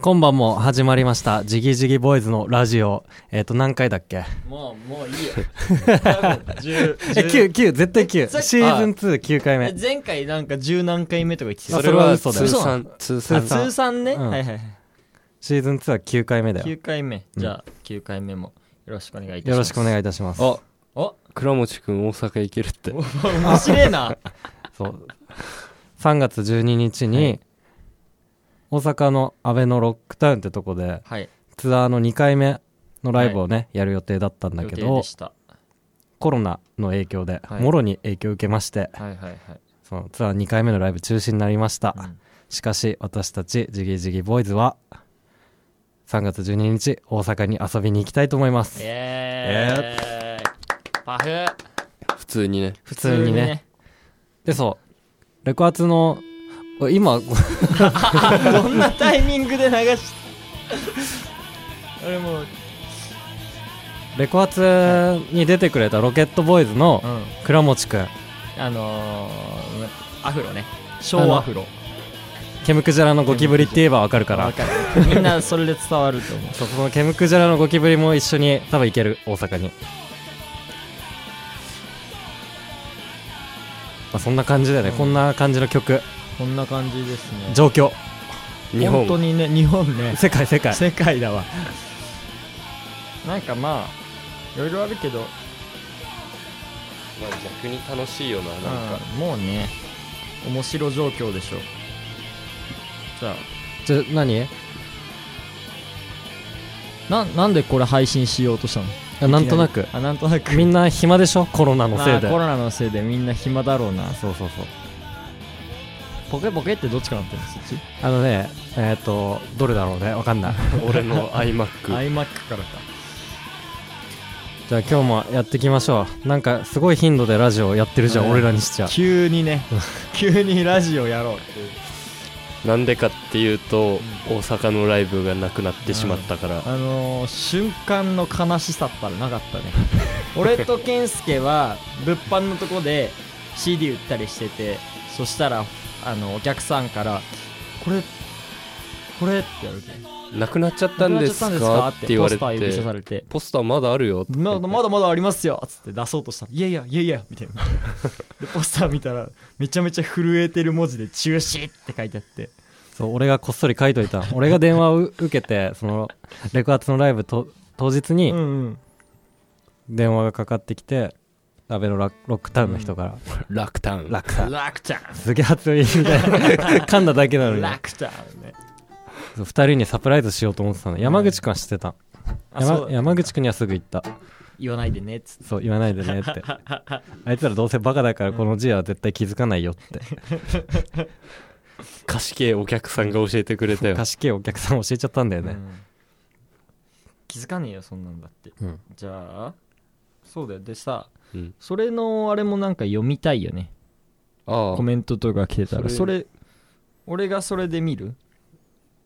今晩も始まりました「ジギジギボーイズ」のラジオえっ、と何回だっけもうもういいよ多分 十え十9 9絶対え9さっきシーズン29回目前回なんか十何回目とか言ってあたそれは嘘だよ通算、通あ算。通算ね、うんはいはいはいシーズン2は9回目だよ9回目じゃあ9回目もよろしくお願いいたしますよろしくお願いいたしますあ、お倉持くん大阪行けるって。面白 えなそう3月12日に、はい大阪の阿部のロックタウンってとこではいツアーの2回目のライブをね、やる予定だったんだ予け定どでしたコロナの影響で、はいもろに影響を受けましてはいはいはい、そのツアー2回目のライブ中止になりました、うんしかし私たちジギジギボーイズは3月12日大阪に遊びに行きたいと思いますえー、パフ普通にね。普通にねでそうレコアツのお今 こ普通にねどんなタイミングで流し 俺もう、レコアツに出てくれたロケットボーイズのうん、倉持くんあのー、アフロね昭和アフロケムクジャラのゴキブリって言えばわかるからわかるみんなそれで伝わると思うそうそのケムクジャラのゴキブリも一緒に多分行ける大阪に、まあ、そんな感じだよね、うんこんな感じの曲こんな感じですね状況日本当本。にね日本ね世界世界世 界だわなんかまあいろいろあるけど、まあ逆に楽しいよな、なんか。うんもうね面白状況でしょじゃちょ何ああななんでこれ配信しようとしたのなんとなくあなんとなくみんな暇でしょコロナのませいあでコロナのせいでみんな暇だろうなそうそうそうポケポケってどっちかなってんのそっちあのねえっ、とどれだろうねわかんない 俺の iMac。 iMac からかじゃあ今日もやっていきましょうなんかすごい頻度でラジオやってるじゃん、うん俺らにしちゃ急に ね急にラジオやろうっていうなんでかっていうと、大阪のライブがなくなってしまったから。あのー、瞬間の悲しさったらなか ったね俺と健介は物販のとこで CD 売ったりしててそしたらあのお客さんから「これこれ」って言われてなくなっちゃっ「たんでなくなすっちゃかっったんでて言わポれスター指ささて。れてポスターまだあるよ「って言まって。だまだまだありますよ」っつって出そうとしたら「いやいやいやいや」 みたいなでポスター見たらめちゃめちゃ震えてる文字で「中止」って書いてあってうそう俺がこっそり書いとい た俺が電話を受けてそのレコアツのライブと当日に、うんうん電話がかかってきて安倍のラロックタウンの人から楽タウ「ン。楽さん楽ちゃんすげえ熱い」みたい な噛んだだけなのに楽ちゃんね2人にサプライズしようと思ってたの山口君は知ってたあそ山う山口君にはすぐ行った言わないでねっつってそう言わないでねって あいつらどうせバカだからこの字は絶対気づかないよって貸し系お客さんが教えてくれたよ。貸し系お客さん教えちゃったんだようね、ん気づかねえよそんなんだってうんじゃあそうだよでさうんそれのあれもなんか読みたいよねああコ。メントとか来てたらそそれ俺がそれで見る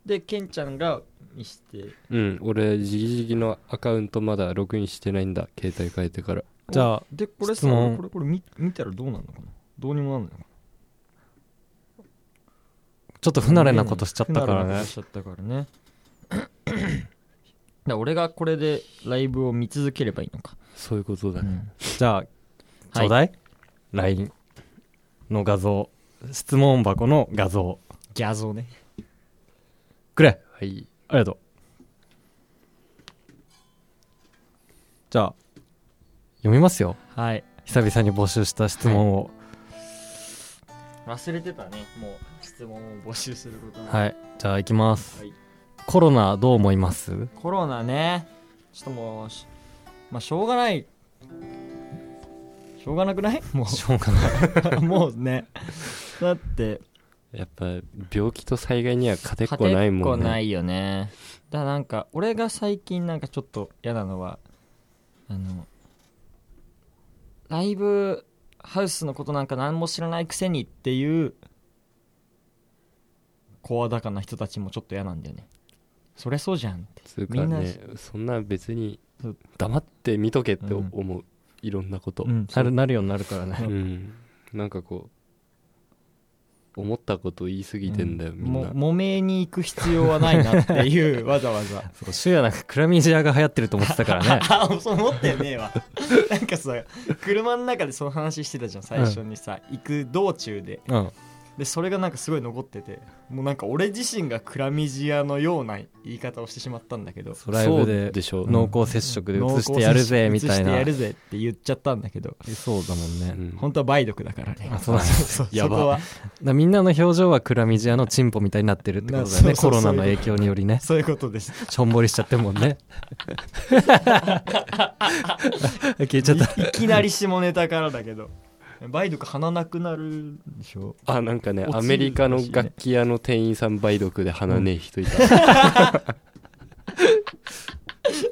でケンちゃんが見してうん。俺、じぎじぎのアカウントまだログインしてないんだ。携帯変えてから。じゃあでこれ質さ問これこれ見見たらどうなるのかなどうにもなんないのかちょっと不慣れなことしちゃったから不慣れなねことしちゃったからね だから俺がこれでライブを見続ければいいのか、そういうことだう。んじゃあちょうだい LINE の画像質問箱の画像ギャゾーねくれはい。ありがとう。じゃあ、読みますよ。はい久々に募集した質問を。忘れてたねもう質問を募集することはい。じゃあ、行きます。はいコロナどう思いますコロナねちょっともうしまあしょうがないしょうがなくない もしょうがない。うもうねだってやっぱ病気と災害には勝てっこないもん勝てっこなね。いよねだからなんか俺が最近なんかちょっと嫌なのはあのライブハウスのことなんか何も知らないくせにっていう声高な人たちもちょっと嫌なんだよねそりゃそうじゃんってつうかみんなね、そんな別にそう黙って見とけってうん思う。いろんなこと。んなる、なるようになるからうね。んなんかこ思ったこと言い過ぎてんだよ、みんもな揉めに行く必要はないなっていうわざわざ そうシュヤなんかクラミジアが流行ってると思ってたから ねあそう思ってねえわ なんかさ車の中でその話してたじゃん最初にさ、行く道中でうんでそれがなんかすごい残っててもうなんか俺自身がクラミジアのような言い方をしてしまったんだけどそうライブそうででしょう濃厚接触で移してやるぜみたい濃厚接触移してなやるぜって言っちゃったんだけどそうだもんね、うだかん本当は梅毒だからねあそうなんだそうそうやばそこはらみんなの表情はクラミジアのチンポみたいになってるってことだよなねそコうそロうそうナの影響によりねそういうことですしょんぼりしちゃってるもん ね消 えちゃったいいきなり下ネタからだけど梅毒鼻なくなるでしょあなんかね落ちるアメリカのらしいね楽器屋の店員さん梅毒で鼻ねえ人いた、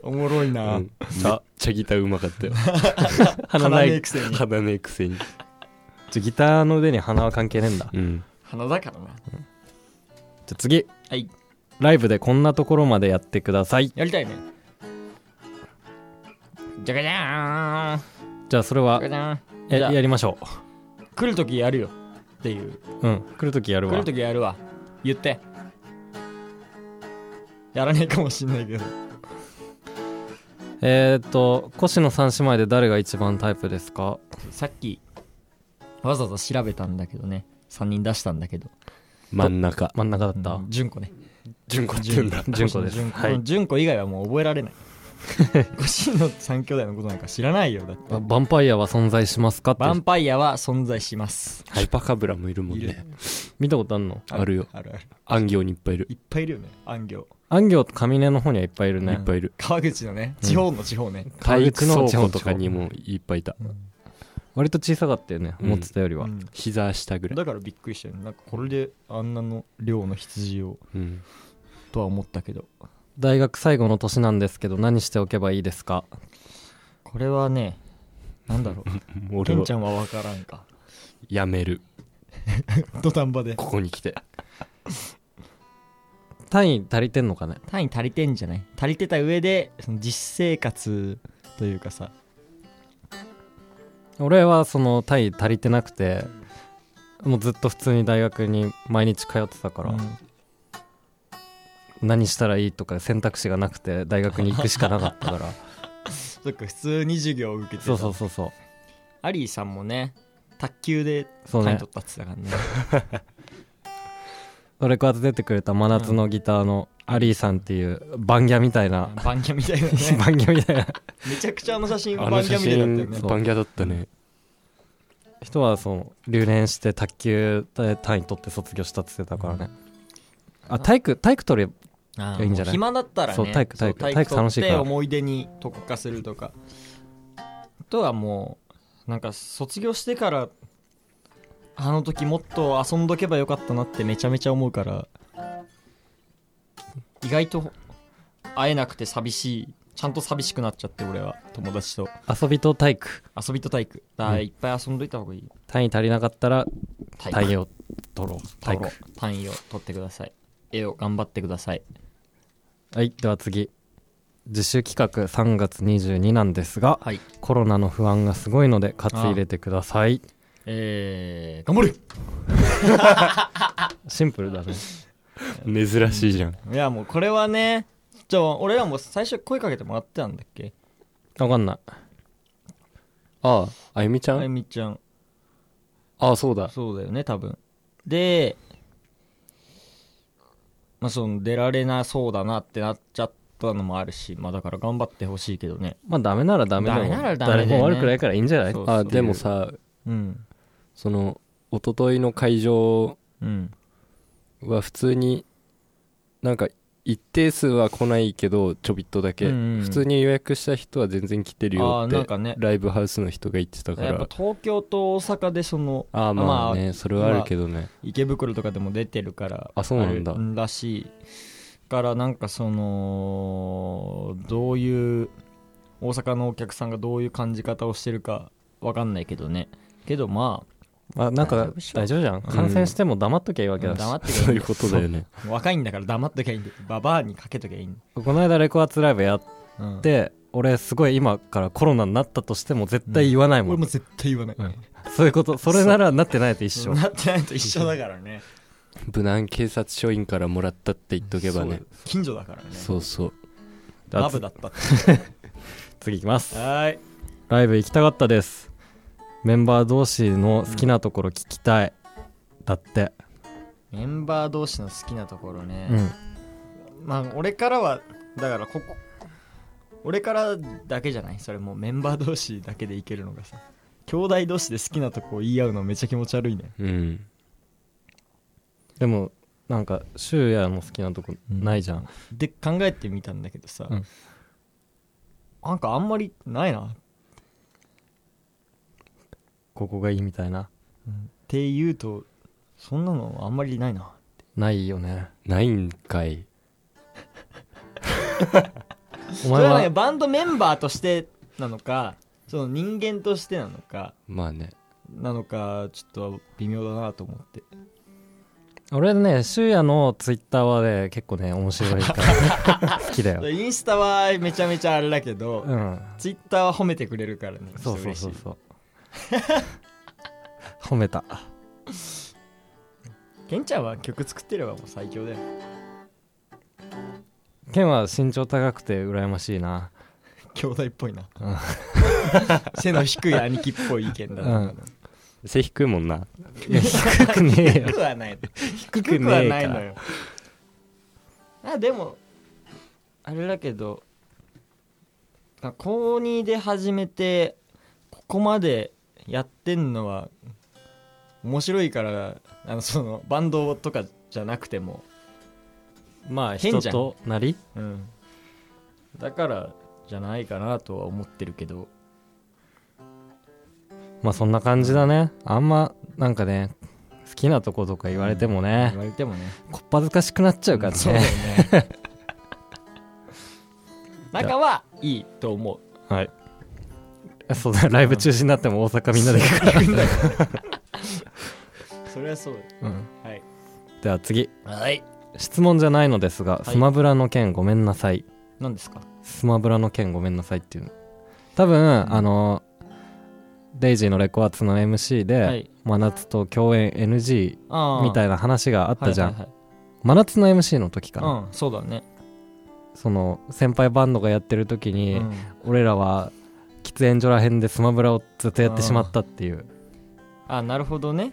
おもろいな、うんめっちゃギターうまか ったよ鼻な鼻ねえいくせに鼻ねえくせに、ちょギターの腕に鼻は関係ねえんだじゃうん、鼻だからなあ次はいライブでこんなところまでやってくださいやりたいねじゃかじゃーんじゃあそれはじゃかじゃーんえじゃあやりましょ来るときやるよっていうううん来るときやる来わるときやるわ言ってやらねえかもしんないけどえー、っと越の三姉妹で誰が一番タイプですかさっきわざわざ調べたんだけどね3人出したんだけど真ん中真ん中だった、うん純子ね純子って言うんだ純子です純子,、はい純子以外はもう覚えられない星野三兄弟のことなんか知らないよだってあヴァンパイアは存在しますかってヴァンパイアは存在しますハイパカブラもいるもんいね見たことあんのあるよあるある安行にいっぱいいるいっぱいいるよね安行安行と上根の方にはいっぱいいるいっね、ぱいいる川口のね地方の地方ね、体体育育の倉地方庫とかにもいっぱいいた割と小さかったよね、うん思ってたよりは、うん膝下ぐらい、だからびっくりしたよねなんかこれであんなの量の羊をうん、とは思ったけど大学最後の年なんですけど何しておけばいいですかこれはねなん だろうケ俺ンはちゃんは分からん かやめる土壇場でここに来て単位足りてんのかね単位足りてんじゃない足りてた上でその実生活というかさ俺はその単位足りてなくてもうずっと普通に大学に毎日通ってたから、うん何したらいいとか選択肢がなくて大学に行くしかなかったからそっか普通に授業を受けてたそうそうそうそうアリーさんもね卓球でそう単位ね取ったって言ってたからね俺こうやって出てくれた真夏のギターのアリーさんっていうバンギャみたい なバンギャみたいなね バンギャみたいなめちゃくちゃあの写真あバのンギ写ャみたいだった真よねそうバンギャだったね人はその留年して卓球で単位取って卒業したって言ってたからね、あ体育体育取れあいやいいんじゃない暇だったらねそう体育そう体育体育楽しいから取って思い出に特化するとかあとはもうなんか卒業してからあの時もっと遊んどけばよかったなってめちゃめちゃ思うから意外と会えなくて寂しいちゃんと寂しくなっちゃって俺は友達と遊びと体育遊びと体育だかうらんいっぱい遊んどいた方がいい単位足りなかったら体単育位を取ろう体単位育を単位を取ってください絵を頑張ってくださいはいでは次自主企画3月22なんですがはいコロナの不安がすごいので活入れてくださいえー、頑張るシンプルだね珍しいじゃんいやもうこれはねじゃあ俺らも最初声かけてもらってたんだっけ分かんないあああゆみちゃあゆんみちゃんああそうだそうだよね多分でまあその出られなそうだなってなっちゃったのもあるしまあだから頑張ってほしいけどねまあダメならダメでもダメならダメだ誰よねも悪くないからいいんじゃないそうあでもさうんその一昨日の会場うんは普通になんか一定数は来ないけどちょびっとだけ、うんうん普通に予約した人は全然来てるよあっーなんてかねライブハウスの人が言ってたかやっぱら東京と大阪でそのああまあね、それはあるけどね、池袋とかでも出てるからあそうなんだあるらしいからなんかそのどういう大阪のお客さんがどういう感じ方をしてるかわかんないけどねけどままあなん大か丈夫っしょ大丈夫じゃん感染しても黙っときゃいいわあけだし黙って そういうけこと だよねばいい若いんだから黙っときゃいいんだよババアにかけときゃいいんだこの間レコアツライブやっうんて俺すごい今からコロナになったとしても絶対言わないもん、俺も絶対言わない、うんそういうことそれならなってないと一緒なってないと一緒だから ね無難警察署員からもらったって言っとけばねそう近所だからねそうそうじゃラあブつだったって次いきますはいライブ行きたかったですメンバー同士の好きなところ聞きたい、だってメンバー同士の好きなところうね、んまあ俺からはだからここ俺からだけじゃないそれもうメンバー同士だけでいけるのがさ兄弟同士で好きなとこを言い合うのめっちゃ気持ち悪いねうんでもなんか柊也の好きなとこないじゃん、で考えてみたんだけどさ、うんなんかあんまりないなここがいいみたいなって言うとそんなのあんまりないなないよねないんかいおそ前れはねはバンドメンバーとしてなのかその人間としてなのかまあねなのかちょっと微妙だなと思って俺ね柊也のツイッターはね結構ね面白いから 好きだよインスタはめちゃめちゃあれだけど、うんツイッターは褒めてくれるからねそうそうそうちょっと嬉しいそう 褒めたケンちゃんは曲作ってればもう最強だよケンは身長高くて羨ましいな兄弟っぽ いな、うん背の低い兄貴っぽい意見だな、うん背低いもんないや低くねえよ低くはない低低くくはねえなかいらのよあでもあれだけどあ高2で始めてここまでやってんのは面白いからあのそのバンドとかじゃなくても、まあ変人じゃんとなりうん、だからじゃないかなとは思ってるけ どまあそんな感じだねあんまなんかね好きなとことか言われてもね言、われてもねこっぱずかしくなっちゃうからそうだよね、ね仲はいいと思うはい そうだライブ中止になっても大阪みんなで行くから、それはそううん、はい では次はい質問じゃないのですが、いスマブラの件ごめんなさい何ですかスマブラの件ごめんなさいっていう多分、あのデイジーのレコアツの MC で、はい真夏と共演 NG あみたいいな話があったじゃん、はいはい真夏の MC の時かな、はいうんそうだねその先輩バンドがやってる時うに、ん俺らは喫煙所ら辺でスマブラをずっとやってしまったっていうあなるほどね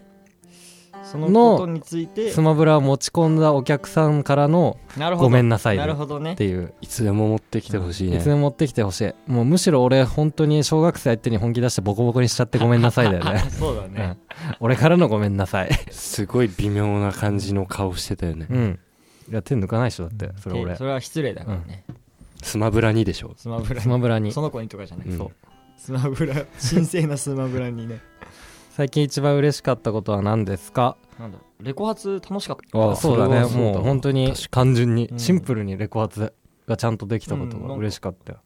そののことについてスマブラを持ち込んだお客さんからのなるほどごめんなさいなるっほどねていういつでも持ってきてほしいいねつでも持ってきてほしいもうむしろ俺本当に小学生相手に本気出してボコボコにしちゃってごめんなさいだよね あそうだねうん俺からのごめんな さいすごい微妙な感じの顔してたよねうんいや手抜かないでしょだってそれで俺それは失礼だからねスマブラにでしょスマブラスマブラにその子にとかじゃないうんそうスマブラ神聖なスマブラにね最近一番嬉しかったことは何ですかなんだレコ発楽しかったあそうだそれねはそうだわもう本当に確か単純にうんシンプルにレコ発がちゃんとできたことがうんなんか嬉しかったよ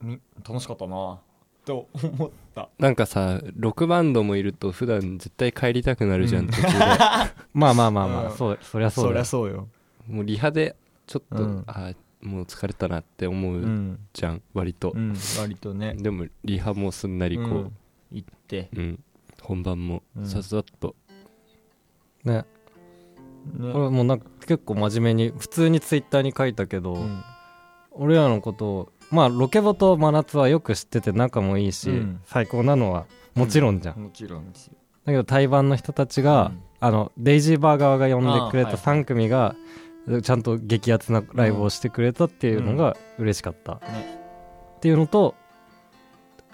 み楽しかったなと思ったなんかさロックバンドもいると普段絶対帰りたくなるじゃん、うん途 中まあまあまあまうあんそうそりゃそそうりだゃよそうよでもうリハでちょっと、うんあもう疲れたなって思ううんじゃん、割とう、ん割とねでもリハもすんなりこう、ううんん行って本番もうんさっさっと、ねね俺もうなんか結構真面目に普通にツイッターに書いたけど、うん俺らのことをまあロケボと真夏はよく知ってて仲もいいし、うん最高なのはもちろんじゃん、だもちろんですよけど対バンの人たちが、うんあのデイジーバー側が呼んでくれあーたはい3組が、ちゃんと激アツなライブをしてくれたっていうのが嬉しかった、っていうのと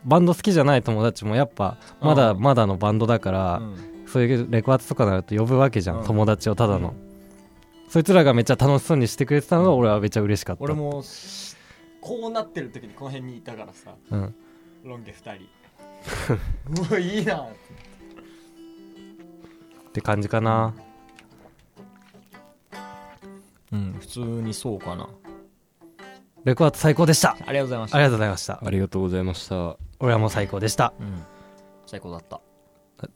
バンド好きじゃない友達もやっぱまだうんまだのバンドだから、うんそういうレコアツとかになると呼ぶわけじゃん、うん友達をただの、そいつらがめっちゃ楽しそうにしてくれてたのが俺はめっちゃ嬉しかった俺、もこうなってる時にこの辺にいたからさうん、ロン毛2人もういいなって感じかなうん普通にそうかなレコアツ最高でしたあありがとうございましりがたとうございましたありがとうございました俺はもう最高でしたうん最高だった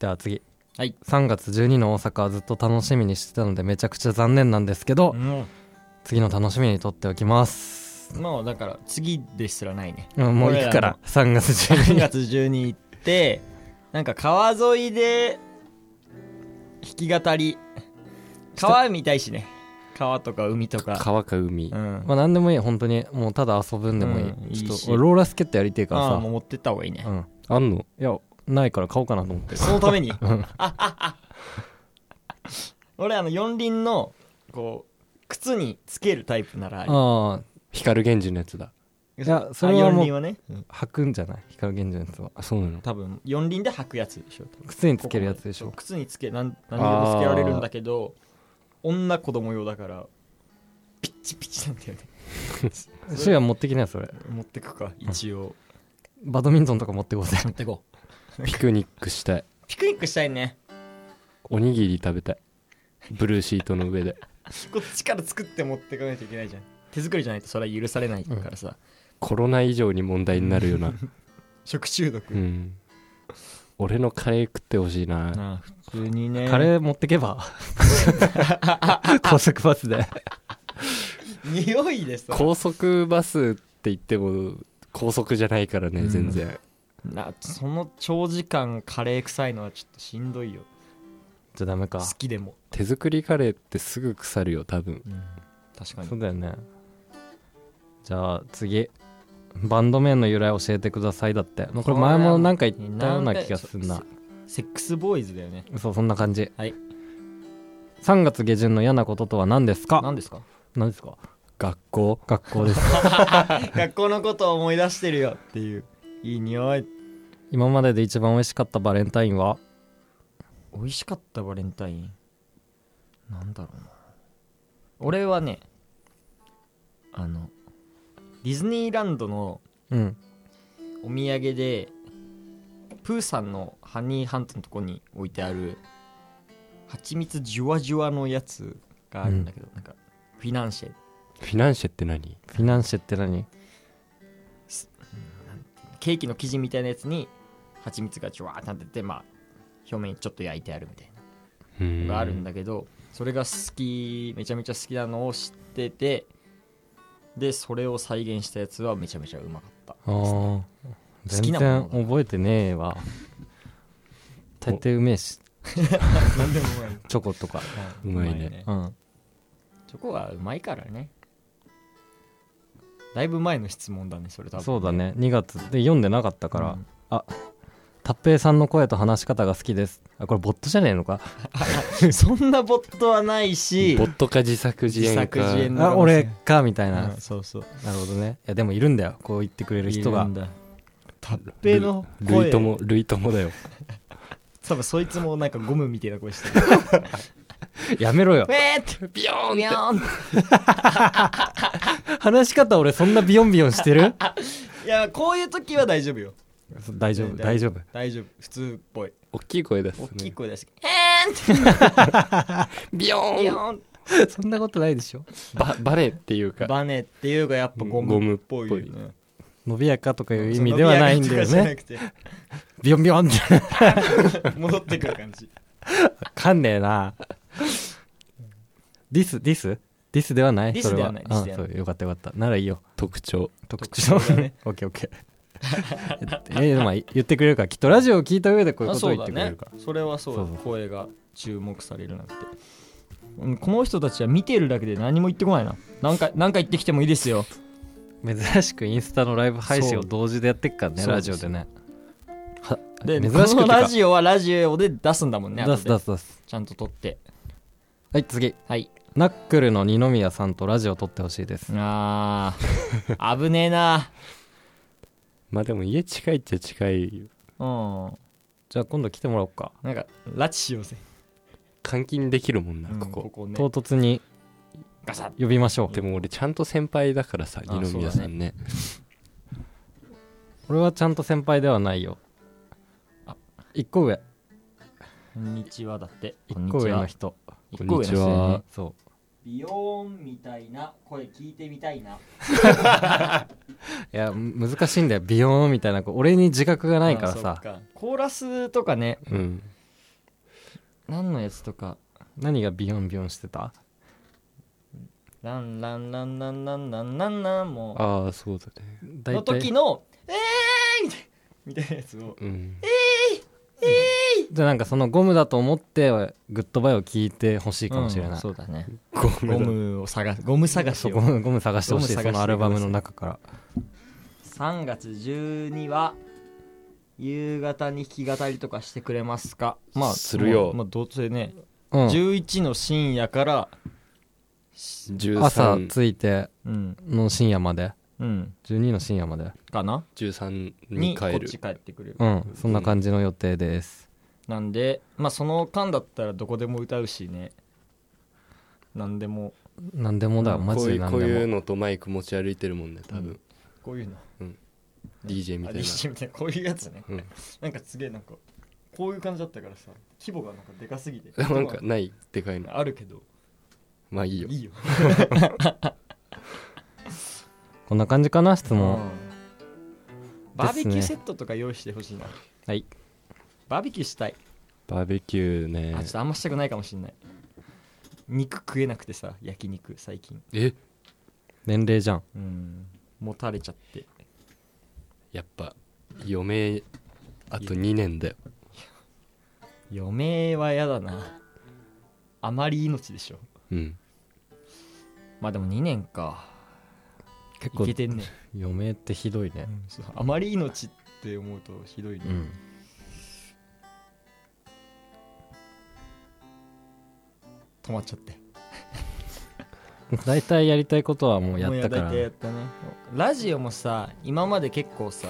では次はい3月12の大阪はずっと楽しみにしてたのでめちゃくちゃ残念なんですけどうん次の楽しみにとっておきますもうだから次ですらないねうんもう行くから3月12日3月中に行ってなんか川沿いで弾き語り川見たいしね川とか海とか川か海うん まあ何でもいい本当にもうただ遊ぶんでもいい、うんちょいいっしと俺ローラースケットやりてえからああさもう持ってった方がいいねうんあんのいやないから買おうかなと思ってそのために 俺あの四輪のこう靴につけるタイプならありああ光源氏のやつだいやそれはもうあ四輪はねうん履くんじゃない光源氏のやつはあそうな の多分四輪で履くやつでしょ多分靴につけるやつでしそょう靴につけなん何でもつけられるんだけど女子供用だからピッチピチなんだよねシュア持ってきなよ それ持ってくか一応バドミントンとか持ってこうぜ持ってこうピクニックしたいピクニックしたいねおにぎり食べたいブルーシートの上でこっちから作って持ってかないといけないじゃん手作りじゃないとそれは許されないからさ、コロナ以上に問題になる ような食中毒、うん俺のカレー食ってほしいななあ普通にねカレー持ってけば 高速バスで匂いです高速バスって言っても高速じゃないからね、うん全然なその長時間カレー臭いのはちょっとしんどいよじゃダメか好きでも、手作りカレーってすぐ腐るよ多分確かにそうだよねじゃあ次バンド名の由来教えてくださいだってもうこれ前もなんか言ったような気がすんなセックスボーイズだよねそうそんな感じはい3月下旬の嫌なこととは何ですか何ですか何ですか学校学校です学校のことを思い出してるよっていういい匂い 今までで一番美味しかったバレンタインは美味しかったバレンタインなんだろうな俺はねあのディズニーランドのうんお土産でプーさんのハニーハントのとこに置いてある蜂蜜ジュワジュワのやつがあるんだけど、なんかフィナンシェフィナンシェって何フィナンシェって何ケーキの生地みたいなやつに蜂蜜がジュワーってなっててまあ表面ちょっと焼いてあるみたいなうんのがあるんだけど、それが好きめちゃめちゃ好きなのを知っててでそれを再現したやつはめちゃめちゃうまかった あー好き全なもの然覚えてねえわ大抵うめえし何でもうまい、チョコとかうまいねうんチョコはうまいからねだいぶ前の質問だねそれ多分そうだね2月で読んでなかったからうん達平さんの声と話し方が好きですあこれボットじゃねえのか そんなボットはないしボットか自作自演か自作自演あ俺かみたいなうんそうそうなるほどねいやでもいるんだよこう言ってくれる人いがるんだ達平のル声イともルイともだよ多分そいつもなんかゴムみたいな声してるやめろよえーってビヨーンビヨーン話し方俺そんなビヨンビヨンしてるいやこういう時は 大丈夫よそう大丈夫 大丈夫大丈夫普通っぽい大きい声出すね大きい声出してえーんビヨビヨーンーンそんなことないでしょババネっていうかバネっていうかやっぱゴムっぽいよゴね伸びやかとかいう意味ではないんだよねビヨンビヨンって戻ってくる感じわかんねえなディスディスディスではないディスそれはではないディスであはないそうよかったよかったならいいよ特徴特徴のオ徴だねッケーオッケー ええまあ言ってくれるからきっとラジオを聞いた上でこういうあことそをう言ってだくれねるからそれはそうだそうそう声が注目されるなんてうんこの人たちは見てるだけで何も言ってこないな何か何か言ってきてもいいですよ珍しくインスタのライブ配信を同時でやってっからねそうラジオでねはで珍こしくのてかラジオはラジオで出すんだもんね出す後出です出すちゃんと撮ってはい次はいナックルの二宮さんとラジオ撮ってほしいですあー危ねえなまあでも家近いっちゃ近いようんじゃあ今度来てもらおうかなんか拉致しようぜ監禁できるもんな、こうんこここね唐突にガサッ呼びましょうでも俺ちゃんと先輩だからさあ二宮さんね俺はちゃんと先輩ではないよ一個上こんにちはだってこん一に個ち上のは人一個上の人だよこんにちねはそビヨーンみたいな声聞いてみたいなういやむ難しいんだよビヨーンみたいなこう俺に自覚がないからあそさっコーラスとかねうん何のやつとか何がビヨンビヨンしてたランランランランランランランランもああそうだね大の時体のえーいみたいなやつをうんじゃあなんかそのゴムだと思ってグッドバイを聞いてほしいかもしれない、うんそうだねゴゴムを探すゴム探しそうをゴムゴム探してほしいゴム探してそのアルバムの中から3月12は夕方に弾き語りとかしてくれますかまあするよまあ、どうせね、うん11の深夜から朝13着いてうんの深夜までうん12の深夜までかな13ににこ帰っるち帰ってくる、うんそんな感じの予定です、なんでまあその間だったらどこでも歌うしねなんでもなんでもだ、うんマこジうでいうなんこうでいうものとマイク持ち歩いてるもんね多分、こういうの DJ みあたいな DJ みたいなこういうやつね、うんなんかすげえなんかこういう感じだったからさ規模がなんかでかすぎてなんかないでかいのあるけどまあいいよいいよこんな感じかな質問、うんバーベキューセットとか用意してほしいな、はいバーベキューしたい、バーベキューねあちょっとあんましたくないかもしんない肉食えなくてさ焼肉最近え年齢じゃんうんもたれちゃってやっぱ余命あと2年だよ余命はやだなあまり命でしょうんまあでも2年か結い構けてんね、余命ってひどいねそうあまり命って思うとひどいね、うん止まっちゃって大体やりたいことはもうやもうったから大体やったねラジオもさ今まで結構さ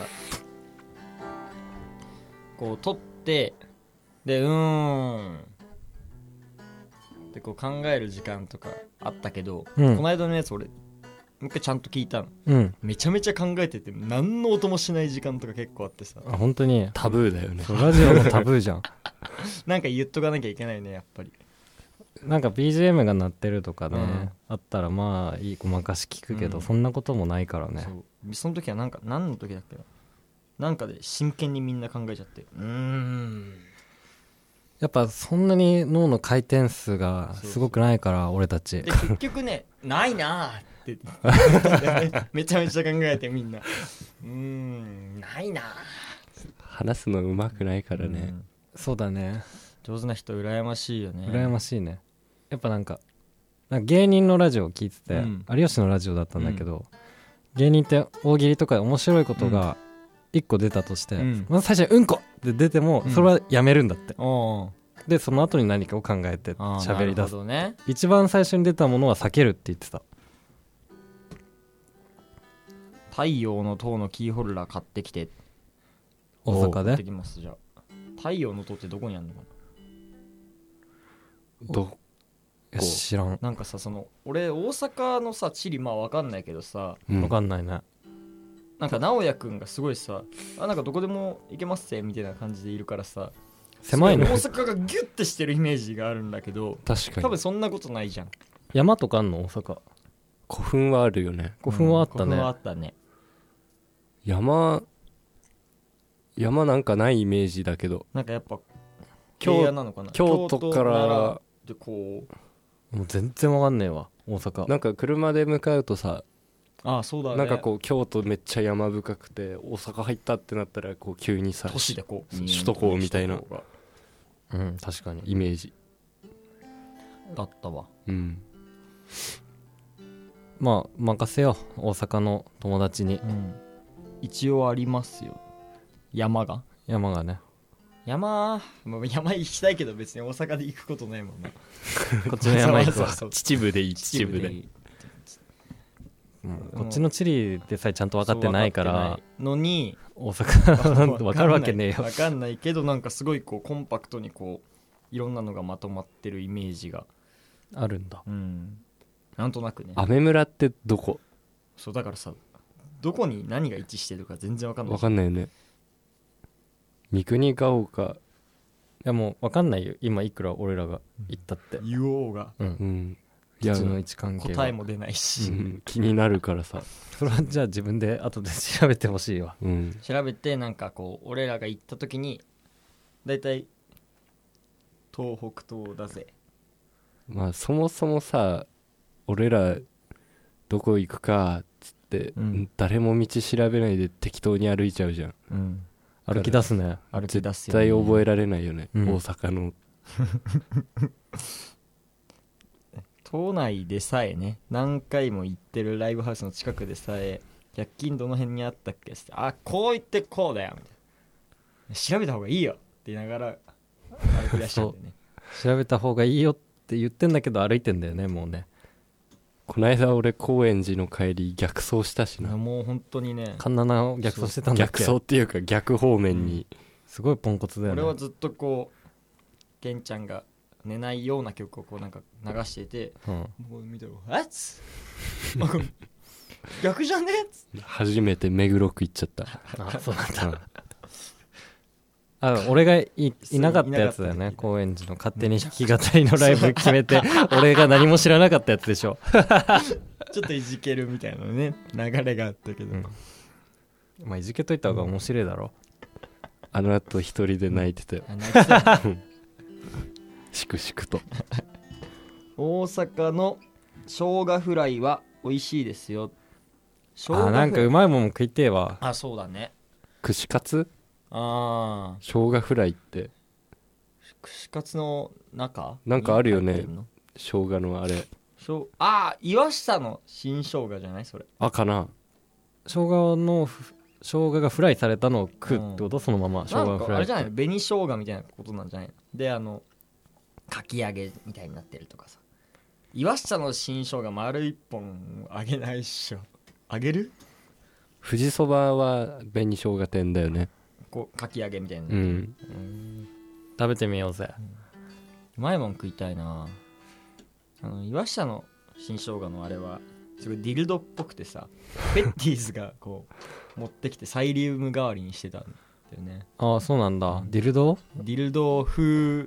こう撮ってでうーんでこう考える時間とかあったけど、うんこの間のやつ俺もう一回ちゃんと聞いたのうんめちゃめちゃ考えてて何の音もしない時間とか結構あってさあ本当にタブーだよねラジオのタブーじゃんなんか言っとかなきゃいけないねやっぱりなんか BGM が鳴ってるとかね、うんあったらまあいいごまかし聞くけど、うんそんなこともないからねそうその時はなんか何の時だっけななんかで真剣にみんな考えちゃってうーんやっぱそんなに脳の回転数がすごくないから俺たちで結局ねないなーって 言ってめちゃめちゃ考えてみんなうーんないな話すのうまくないかーらねうんそうだね上手な人羨ましいよね羨ましいねやっぱなんかなんか芸人のラジオを聞いてて、うん有吉のラジオだったんだけど、芸人って大喜利とかで面白いことが1個出たとして、うんまず最初に「うんこ!」って出てもうんそれはやめるんだって、おうでその後に何かを考えてあー喋りな出るすほどね一番最初に出たものは避けるって言ってた太陽の塔のキーホルダー買ってきて大阪買ってできますじゃあ太陽の塔ってどこにあるのかどいや知らんななんかさその俺大阪のさ地理まあわかんないけどさうんわかんないねなんか直哉くんがすごいさあなんかどこでも行けますぜみたいな感じでいるからさ狭いの大阪がギュッてしてるイメージがあるんだけど確か多に分そんなことないじゃん山とかあんの大阪古墳はあるよね古墳はあった古ね、墳はあったね山山なんかないイメージだけどなんかやっぱ京平野なのかな京都か京都らでこうもう全然わかんねえわ大阪なんか車で向かうとさああそうだねなんかこう京都めっちゃ山深くて大阪入ったってなったらこう急にさ都市でこう首都高みたいな首都高がうん確かにイメージだったわうんまあ任せよう大阪の友達にうん一応ありますよ山が山がね山まあ山行きたいけど別に大阪で行くことないもんなこっちの山行くそうわそうそう秩父でいい秩父でうんこっちの地理でさえちゃんと分かってないかそう分らってないのに 大阪なんて分かるわけねえよ分かんないけどなんかすごいこうコンパクトにこういろんなのがまとまってるイメージがあるんだうんなんとなくねアメ村ってどこそうだからさどこに何が一致してるか全然わかんないわかんないよね三国が丘いやもう分かんないよ今いくら俺らが行ったって言おうがうんうんい基や地の位置関係は答えも出ないうし、ん気になるからさそれはじゃあ自分で後で調べてほしいわうん調べてなんかこう俺らが行った時に大体東北東だぜまあそもそもさ俺らどこ行くかっつって、うん誰も道調べないで適当に歩いちゃうじゃんうん歩き出すね歩き出す絶よ、ね、対覚えられないよね、うん大阪の都内でさえね何回も行ってるライブハウスの近くでさえ100均どの辺にあったっけってあこう言ってこうだよみたいな調べた方がいいよって言いながら歩き出しちゃってね調べた方がいいよって言ってんだけど歩いてんだよねもうねこないだ俺高円寺の帰り逆走したしなもう本当にねカンナナを逆走してたんだっ逆け走っていうか逆方面に、すごいポンコツだよね俺はずっとこうケンちゃんが寝ないような曲をこうなんか流していてうんもう見ても「えっ?」つ逆じゃねえっつ初めて目黒区行っちゃったあそうなんだうんあ俺がいいそうなかったやつだよいなかねった高円寺の勝手に弾き語りのライブ決めて 俺が何も知らなかったやつでしょ、ちょっといじけるみたいなね流れがあったけど、うんまあ、いじけといた方が面白いだろあの後一人で泣いてたよあ泣いてたしくしくと大阪の生姜フライは美味しいですよ生あなんかうままいもん食いてえわあそうだね串カツああ生姜フライって串カツの中なんかあるよにね入ってんの生姜のあれしょうああ岩下の新生姜じゃないそれあかな生姜のふ生姜がフライされたのを食うってこと、そのまま生な姜んフかラあイれじゃないの紅生姜みたいなことなんじゃないのであのかき揚げみたいになってるとかさ岩下の新生姜丸一本あげないっしょあげる富士そばは紅生姜店だよねこうかき揚げみたいな、うん食べてみようぜうまいもん食いたいなあの岩下の新生姜のあれはすごいディルドっぽくてさペッティーズがこう持ってきてサイリウム代わりにしてたんだよねああそうなんだディルドディルド風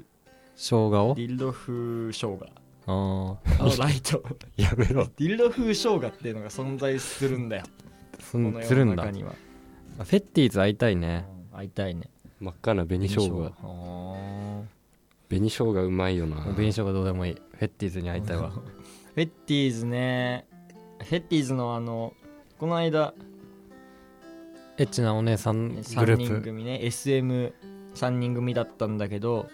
生姜をディルド風生姜ああのライトやめろディルド風生姜っていうのが存在するんだよあすこのんす世るのんだ中フには、ェッティーズ会いたいねうん会いたいね真っ赤な紅生姜あ紅生姜うまいよな紅生姜どうでもいいフェッティーズに会いたい わフェッティーズねフェッティーズのあのこの間エッチなお姉さんグ3ル人ープ組ね SM3 人組だったんだけど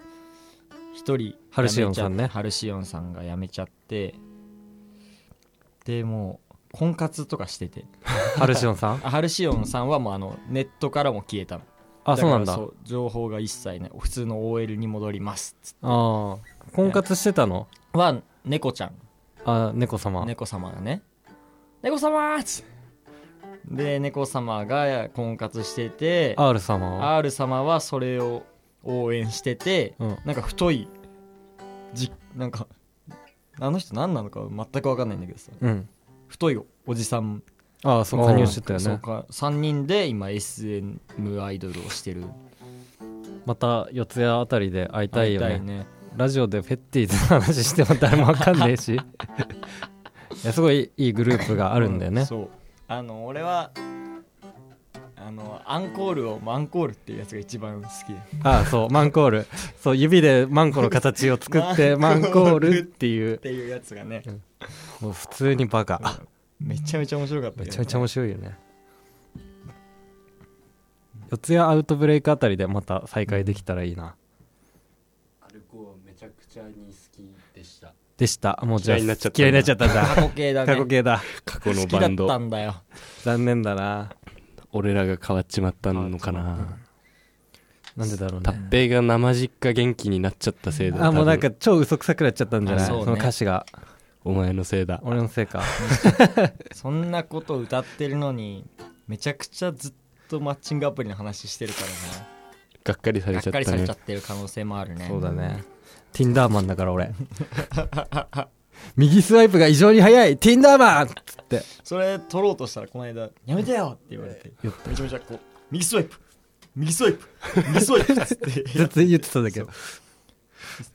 1人ハルシオンさんね辞めちゃっハルシオンさんが辞めちゃってでもう婚活とかしててハルシオン さんあハルシオンさんはもうあのネットからも消えたのあからそうなんだあそ情報が一切ない普通の OL に戻りますっつあー婚活してたのは猫ちゃんあ猫様猫様がね猫様ーっつってで猫様が婚活してて R 様は R 様はそれを応援してて、うんなんか太いじなんかあの人何なのか全く分かんないんだけどさうん太いおじさんああそう加入してたよそうねか3人で今 SM アイドルをしてるまた四谷あたりで会いたいよ会ねラジオでフェッティーズの話しても誰もわかんねえ しいやすごいいいグループがあるんだようねそうあの俺はあのアンコールをアンコールっていうやつが一番好きでああそうマンコールそう指でマンコの形を作ってマ マンンココーールルっていうっていうやつがねもう普通にバカめちゃめちゃ面白かったけどねめちゃめちゃ面白いよね四谷アウトブレイクあたりでまた再会できたらいいなアルコーめちゃくちゃに好きでしたでしたもうじゃあ嫌いになっちゃった嫌ないになっちゃったんだ 過去形だね過去形だ過去の好きバだンったドんだよ残念だな俺らが変わっちまったのかななんでだろうね達平が生実家元気になっちゃったせいだあもうなん多か分超嘘くさくなっちゃったんじゃないあそ,、そうねの歌詞がお前のせいだ俺のせいかそんなこと歌ってるのにめちゃくちゃずっとマッチングアプリの話してるからねがっかりされがっちゃかったりされねちゃってる可能性もあるねそうだ ね Tinder マンだから俺右スワイプが異常に速い Tinder マンっつってそれ取ろうとしたらこの間「やめてよ!」って言われて言っためちゃめちゃこう「右スワイプ右スワイプ右スワイプ」っつって ずっと言ってたんだけど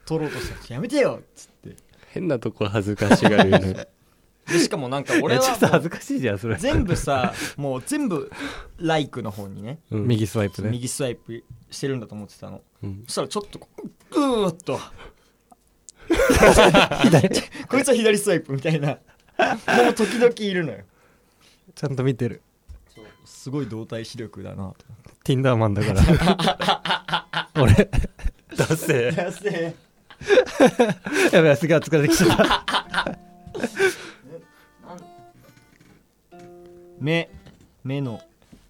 取ろうとしたら「やめてよ!」っつって変なとこ恥ずかしがるよ ねでしかもなんかい俺や ちょっとは恥ずもうかしいじゃんそれ全部さもう全部ライクの方にねうん右スワイプね右スワイプしてるんだと思ってたのうんそしたらちょっとこうぐーっと左 こいつは左スワイプみたいなでも時々いるのよちゃんと見てるすごい動体視力だな Tinder マンだから 俺ダッセー安いやべえすげえ疲れてきちゃった目目の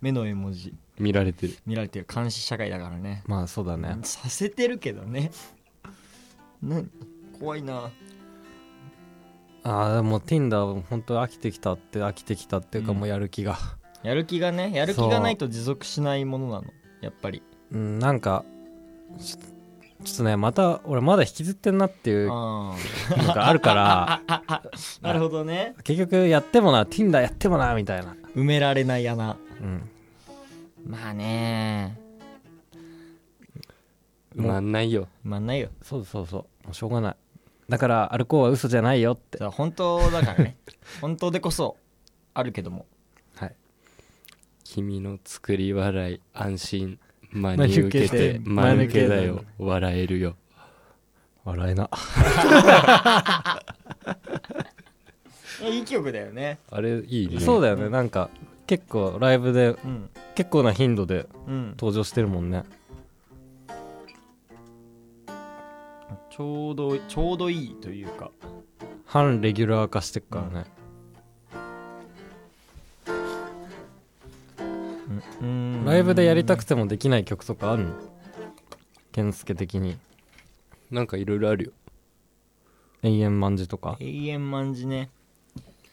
目の絵文字見られてる見られてる監視社会だからね まあそうだねさせてるけどね 何怖いなああでも Tinder 本当飽きてきたって飽きてきたっていうかうんもうやる気がやる気がねやる気がないと持続しないものなのやっぱりうんなんかちょちょっとねまた俺まだ引きずってんなっていうのあ があるから ーなるほどね結局やってもな Tinder やってもなみたいな埋められない穴うんまあねもうまあないよまあないよそうそうそうもうしょうがないだから歩こうは嘘じゃないよってそう本当だから ね本当でこそあるけどもはい君の作り笑い安心真真にに受受けけてて間抜けだ真によ受笑えるよ笑えないい曲だよねあれいいねそうだだよねなんか結構ライブでうん結構な頻度でうん登場してるもんねちょうどちょうどいいというか反レギュラー化してっからね、うんライブでやりたくてもできない曲とかあるの健介的になんかいろいろあるよ永遠まんじとか永遠まんじね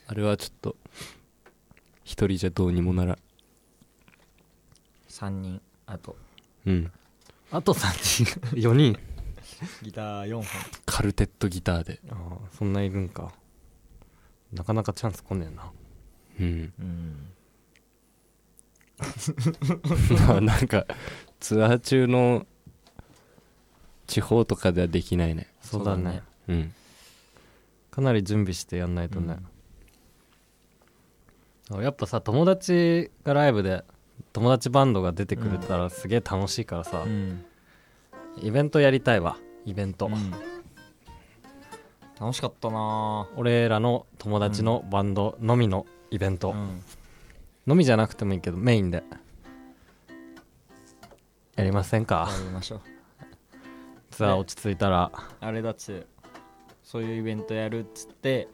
あれはちょっと一人じゃどうにもならん3人あとうんあと3人4人ギター4本カルテットギターで ああそんないるんかなかなかチャンス来ねえなうんうん まあなんかツアー中の地方とかではできないねそうだねそうだねうんかなり準備してやんないとねうん、あやっぱさ友達がライブで友達バンドが出てくれたらすげえ楽しいからさ、うんイベントやりたいわイベント、うん楽しかったな俺らの友達のバンドのみのイベンぁト、うんのみじゃなくてもいいけどメインでやりませんかやりましょうツアー落ち着いたらあれだっつそういうイベントやるっつって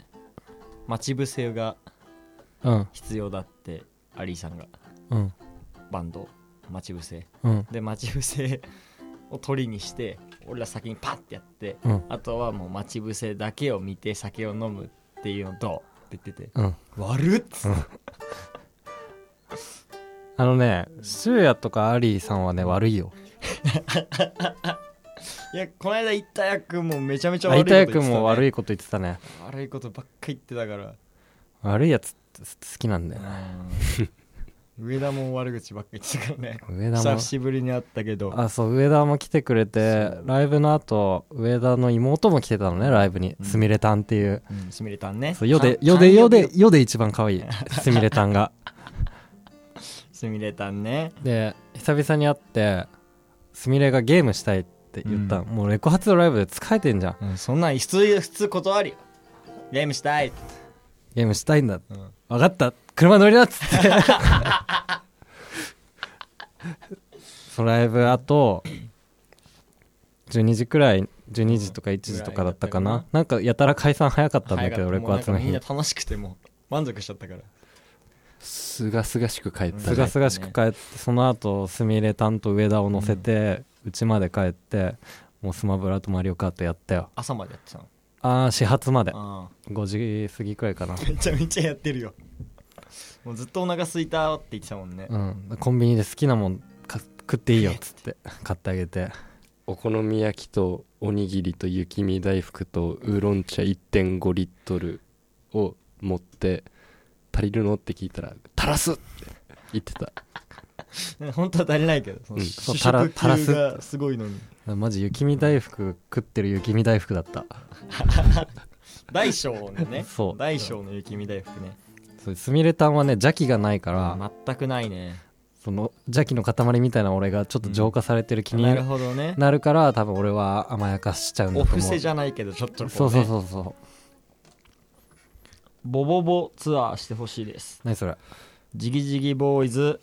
待ち伏せがうん必要だってアリーさんがうんバンド待ち伏せうんで待ち伏せを取りにして俺ら先にパッてやって、うんあとはもう待ち伏せだけを見て酒を飲むっていうのとって言っててうん悪っつってあのねシュウヤとかアリーさんはね悪いよいやこの間行った役もめちゃめちゃ悪い相田こと言ってた、君ね、も悪いいこと言ってたね悪いことばっか言ってた から悪いやつって好きなんだよねうん上田も悪口ばっか言ってたからね上田も久しぶりに会ったけどあそう上田も来てくれてライブの後上田の妹も来てたのねライブにうんすみれたんっていううんすみれたんねそう世でか世で寛容世で世で一番可愛いすみれたんがすみれたんねで久々に会ってすみれがゲームしたいって言ったの、うもうレコ発のライブで疲れてんじゃんうんそんなん普通普通断るよゲームしたいゲームしたいんだ、ん分かった車乗りなっつって そのライブあと12時くらい12時とか1時とかだったかなぐらいだったかなんかやたら解散早かったんだけど早レかコった発のもうなんかみん日な楽しくてもう満足しちゃったからすがすがしく帰ったすねがすがしく帰ってその後すみれたんと上田を乗せてうち、まで帰ってもうスマブラとマリオカートやったよ朝までやってたのああ始発まであ5時過ぎくらいかなあめちゃめちゃやってるよもうずっとお腹空いたって言ってたもんねうん、コンビニで好きなもんか食っていいよっつって買ってあげてお好み焼きとおにぎりと雪見大福とウーロン茶1.5リットルを持って足りるのって聞いたら「足らす!」って言ってた本当は足りないけどそのうん主そうたら食たらす級がすごいのにマジ雪見大福食ってる雪見大福だった大小のね そう大小の雪見大福ねそうすみれたんはね邪気がないから、全くないねその邪気の塊みたいな俺がちょっと浄化されてる気になるほどねなるから多分俺は甘やかしちゃうんだおと思う布施じゃないけどちょっとこう、ね、そうそうそうそうボボボツアーしてほしいです何それジギジギボーイズ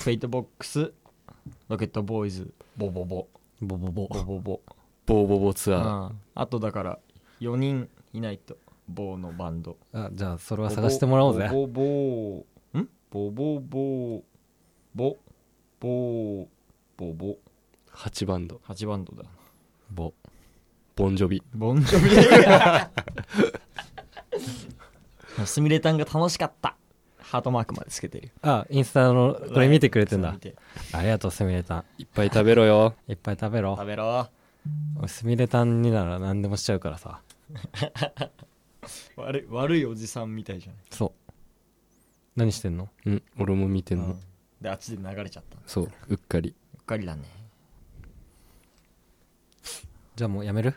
フェイトボックスロケットボーイズボボボボボボボボボボーボボツアーああとだから4人いないとボーのバンドあじゃあそれは探してもらおうぜボボボんボボボボボボボ8バンド8バンドだボボンジョビボンジョビ すみれたんが楽しかったハートマークまでつけて るあインスタのこれ見てくれてんそだう見てありがとうすみれたんいっぱい食べろよいっぱい食べろ食べろ俺すみれたんになら何でもしちゃうからさ悪い悪いおじさんみたいじゃないそう何してんのうん俺も見てんのであっちで流れちゃったうそううっかっりかりだねじゃあもうやめる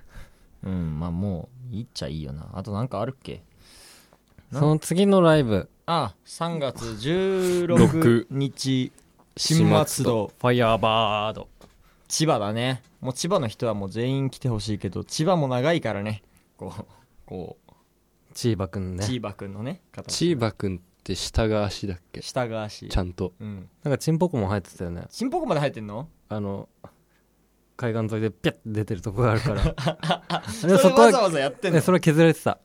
うんまあもういいっちゃいいよなあとなんかあるっけなその次のライブあ3月16日新松戸ファイヤーバード千葉だねもう千葉の人はもう全員来てほしいけど千葉も長いからねこうこうチーバくんね千葉くんのね形チーバくんって下が足だっけち下が足ゃんとうんなんかチンポコも入ってたよねチンポコまで生えてんのあの海岸沿いでピャッて出てるとこがあるから そでれもそこわざはわざやってんねのそれは削れてた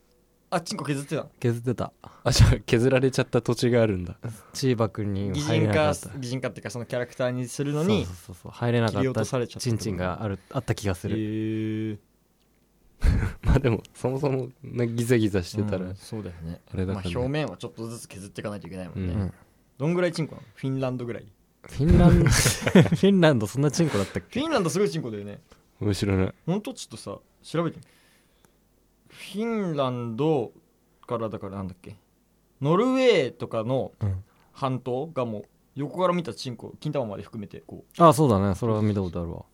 あチンコ削ってたの削ってたあじゃあ削られちゃった土地があるん だチーバくんに擬入れ人なか化った擬人化っていうかそのキャラクターにするのにそうそうそう入れなか切りっ落とたされちゃったチンチンがあるあった気がすへるーまあでもそもそもなギザギザしてたら、うんそうだよねあれだまあからね表面はちょっとずつ削っていかないといけないもんね、うんどんぐらいチンコなのフィンランドぐらいフィンランド フィンランドそんなチンコだったっフけィンランドすごいチンコだよね面白いなほんとちょっとさ調べてみフィンランドからだからなんだっけノルウェーとかのうん半島がもう横から見たチンコ金玉まで含めてこうあそうだねそれは見たことあるわ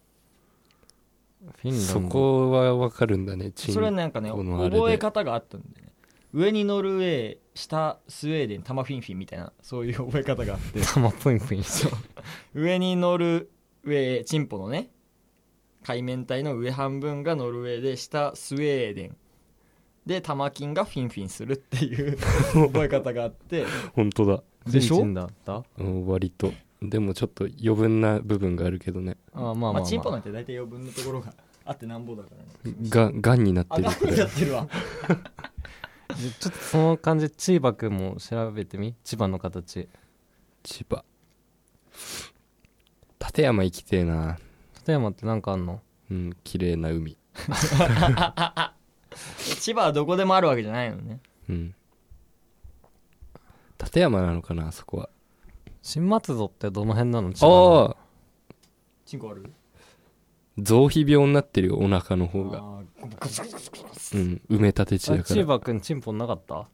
フィンランドそこはわかるんだねチンそれはなんかねこのあれで覚え方があったんでね上にノルウェー下スウェーデン玉フィンフィンみたいなそういう覚え方があ って 玉ポインポインし上にノルウェーチンポのね海面体の上半分がノルウェーで下スウェーデンで玉金がフィンフィンするっていう 覚え方があって本当だでしょチンチンだったうん割とでもちょっと余分な部分があるけどねあまあままああまあチンポなんて大体余分なところがあってなんぼだからねががんになっあてるこガンれやってるわでちょっとその感じ千葉くんも調べてみ千葉の形千葉立山行きてえな立山ってなんかあんのうん綺麗な海千葉はどこでもあるわけじゃないのねうん立山なのかなあそこは新松戸ってどの辺なの千葉のああチンコある臓皮病になってるよお腹のあ方がーゴツゴツゴツゴツゴツうん埋め立て地あだか千ら葉くんチンポなかった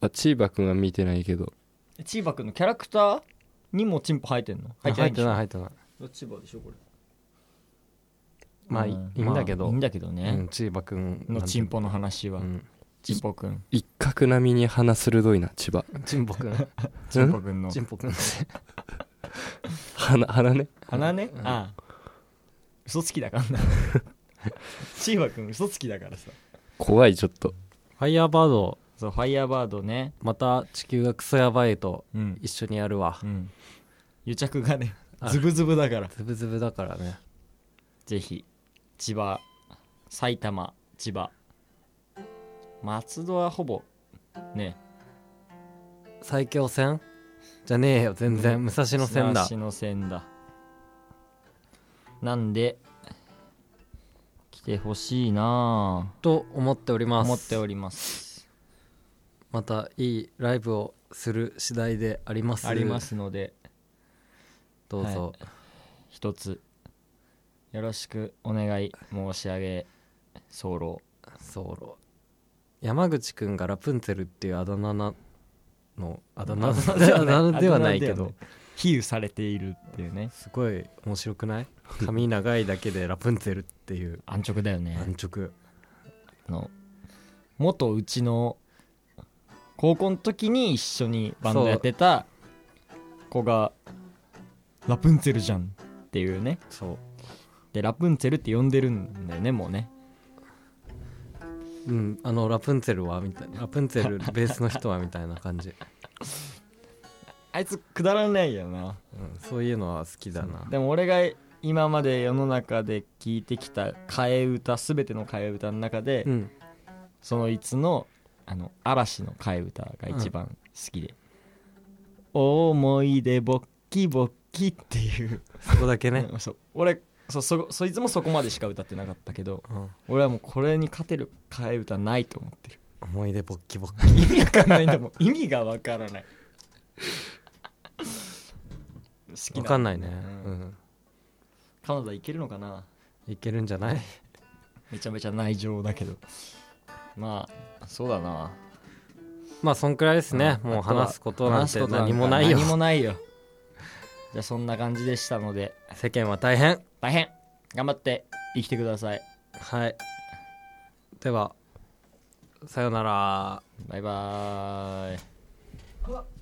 あ千葉くんは見てないけどえ千葉君のキャラクターにもチンポ生えてんの入ってないい入ってない千葉でしょこれまあいいいいんだけどまあいいんだけどうねん千葉くんのチンポの話はうんチンポくん。一角並みに鼻鋭いな千葉チンポく んチンポくんのチ。ンポくんって鼻鼻ね鼻ね。ああ。嘘つきだから な。チーバくん嘘つきだからさ。怖いちょっとファイヤーバードそう、ファイヤーバードね。また地球がクソやばいとうん。一緒にやるわうん。癒着がね、あズブズブだから。ズブズブだからねぜひ、千葉、埼玉、千葉。松戸はほぼ、ね。最強戦じゃねえよ全然武蔵野戦だ東の線だ。なんで、来てほしいなぁ。と思っております思っております。またいいライブをする次第でありますありますので。どうぞ、一つよろしくお願い申し上げ候ソロ山口くんがラプンツェルっていうあだ名なのあだ名あ だ名ではないけど比喩されているっていうねすごい面白くない髪長いだけでラプンツェルっていう安直だよね安直あの元うちの高校の時に一緒にバンドやってた子が「ラプンツェルじゃん」っていうねそうでラプンツェルって呼んでるんだよねもうねうん、あのラプンツェルはみたいなラプンツェルベースの人はみたいな感じ、あいつくだらないよなうん、そういうのは好きだなでも俺が今まで世の中で聴いてきた替え歌全ての替え歌の中で、うんそのいつのあの嵐の替え歌が一番好きで「思い出ぼっきぼっき」っていう、、そこだけねそう俺そそそいつもそこまでしか歌ってなかったけどうん、俺はもうこれに勝てる替え歌ないと思 ってる思い出ボッキボッキ意味わかんないんだもん 意味がわからない好きわかんないね、ううんん、カナダ行けるのかないけるんじゃない めちゃめちゃ内情だけどまあそうだなまあそんくらいですね、うんもうあとは話すことなん話すてことなんか何もないよ何もないよじゃあそんな感じでしたので 世間は大変大変頑張って生きてくださいはいではさよならバイバーイ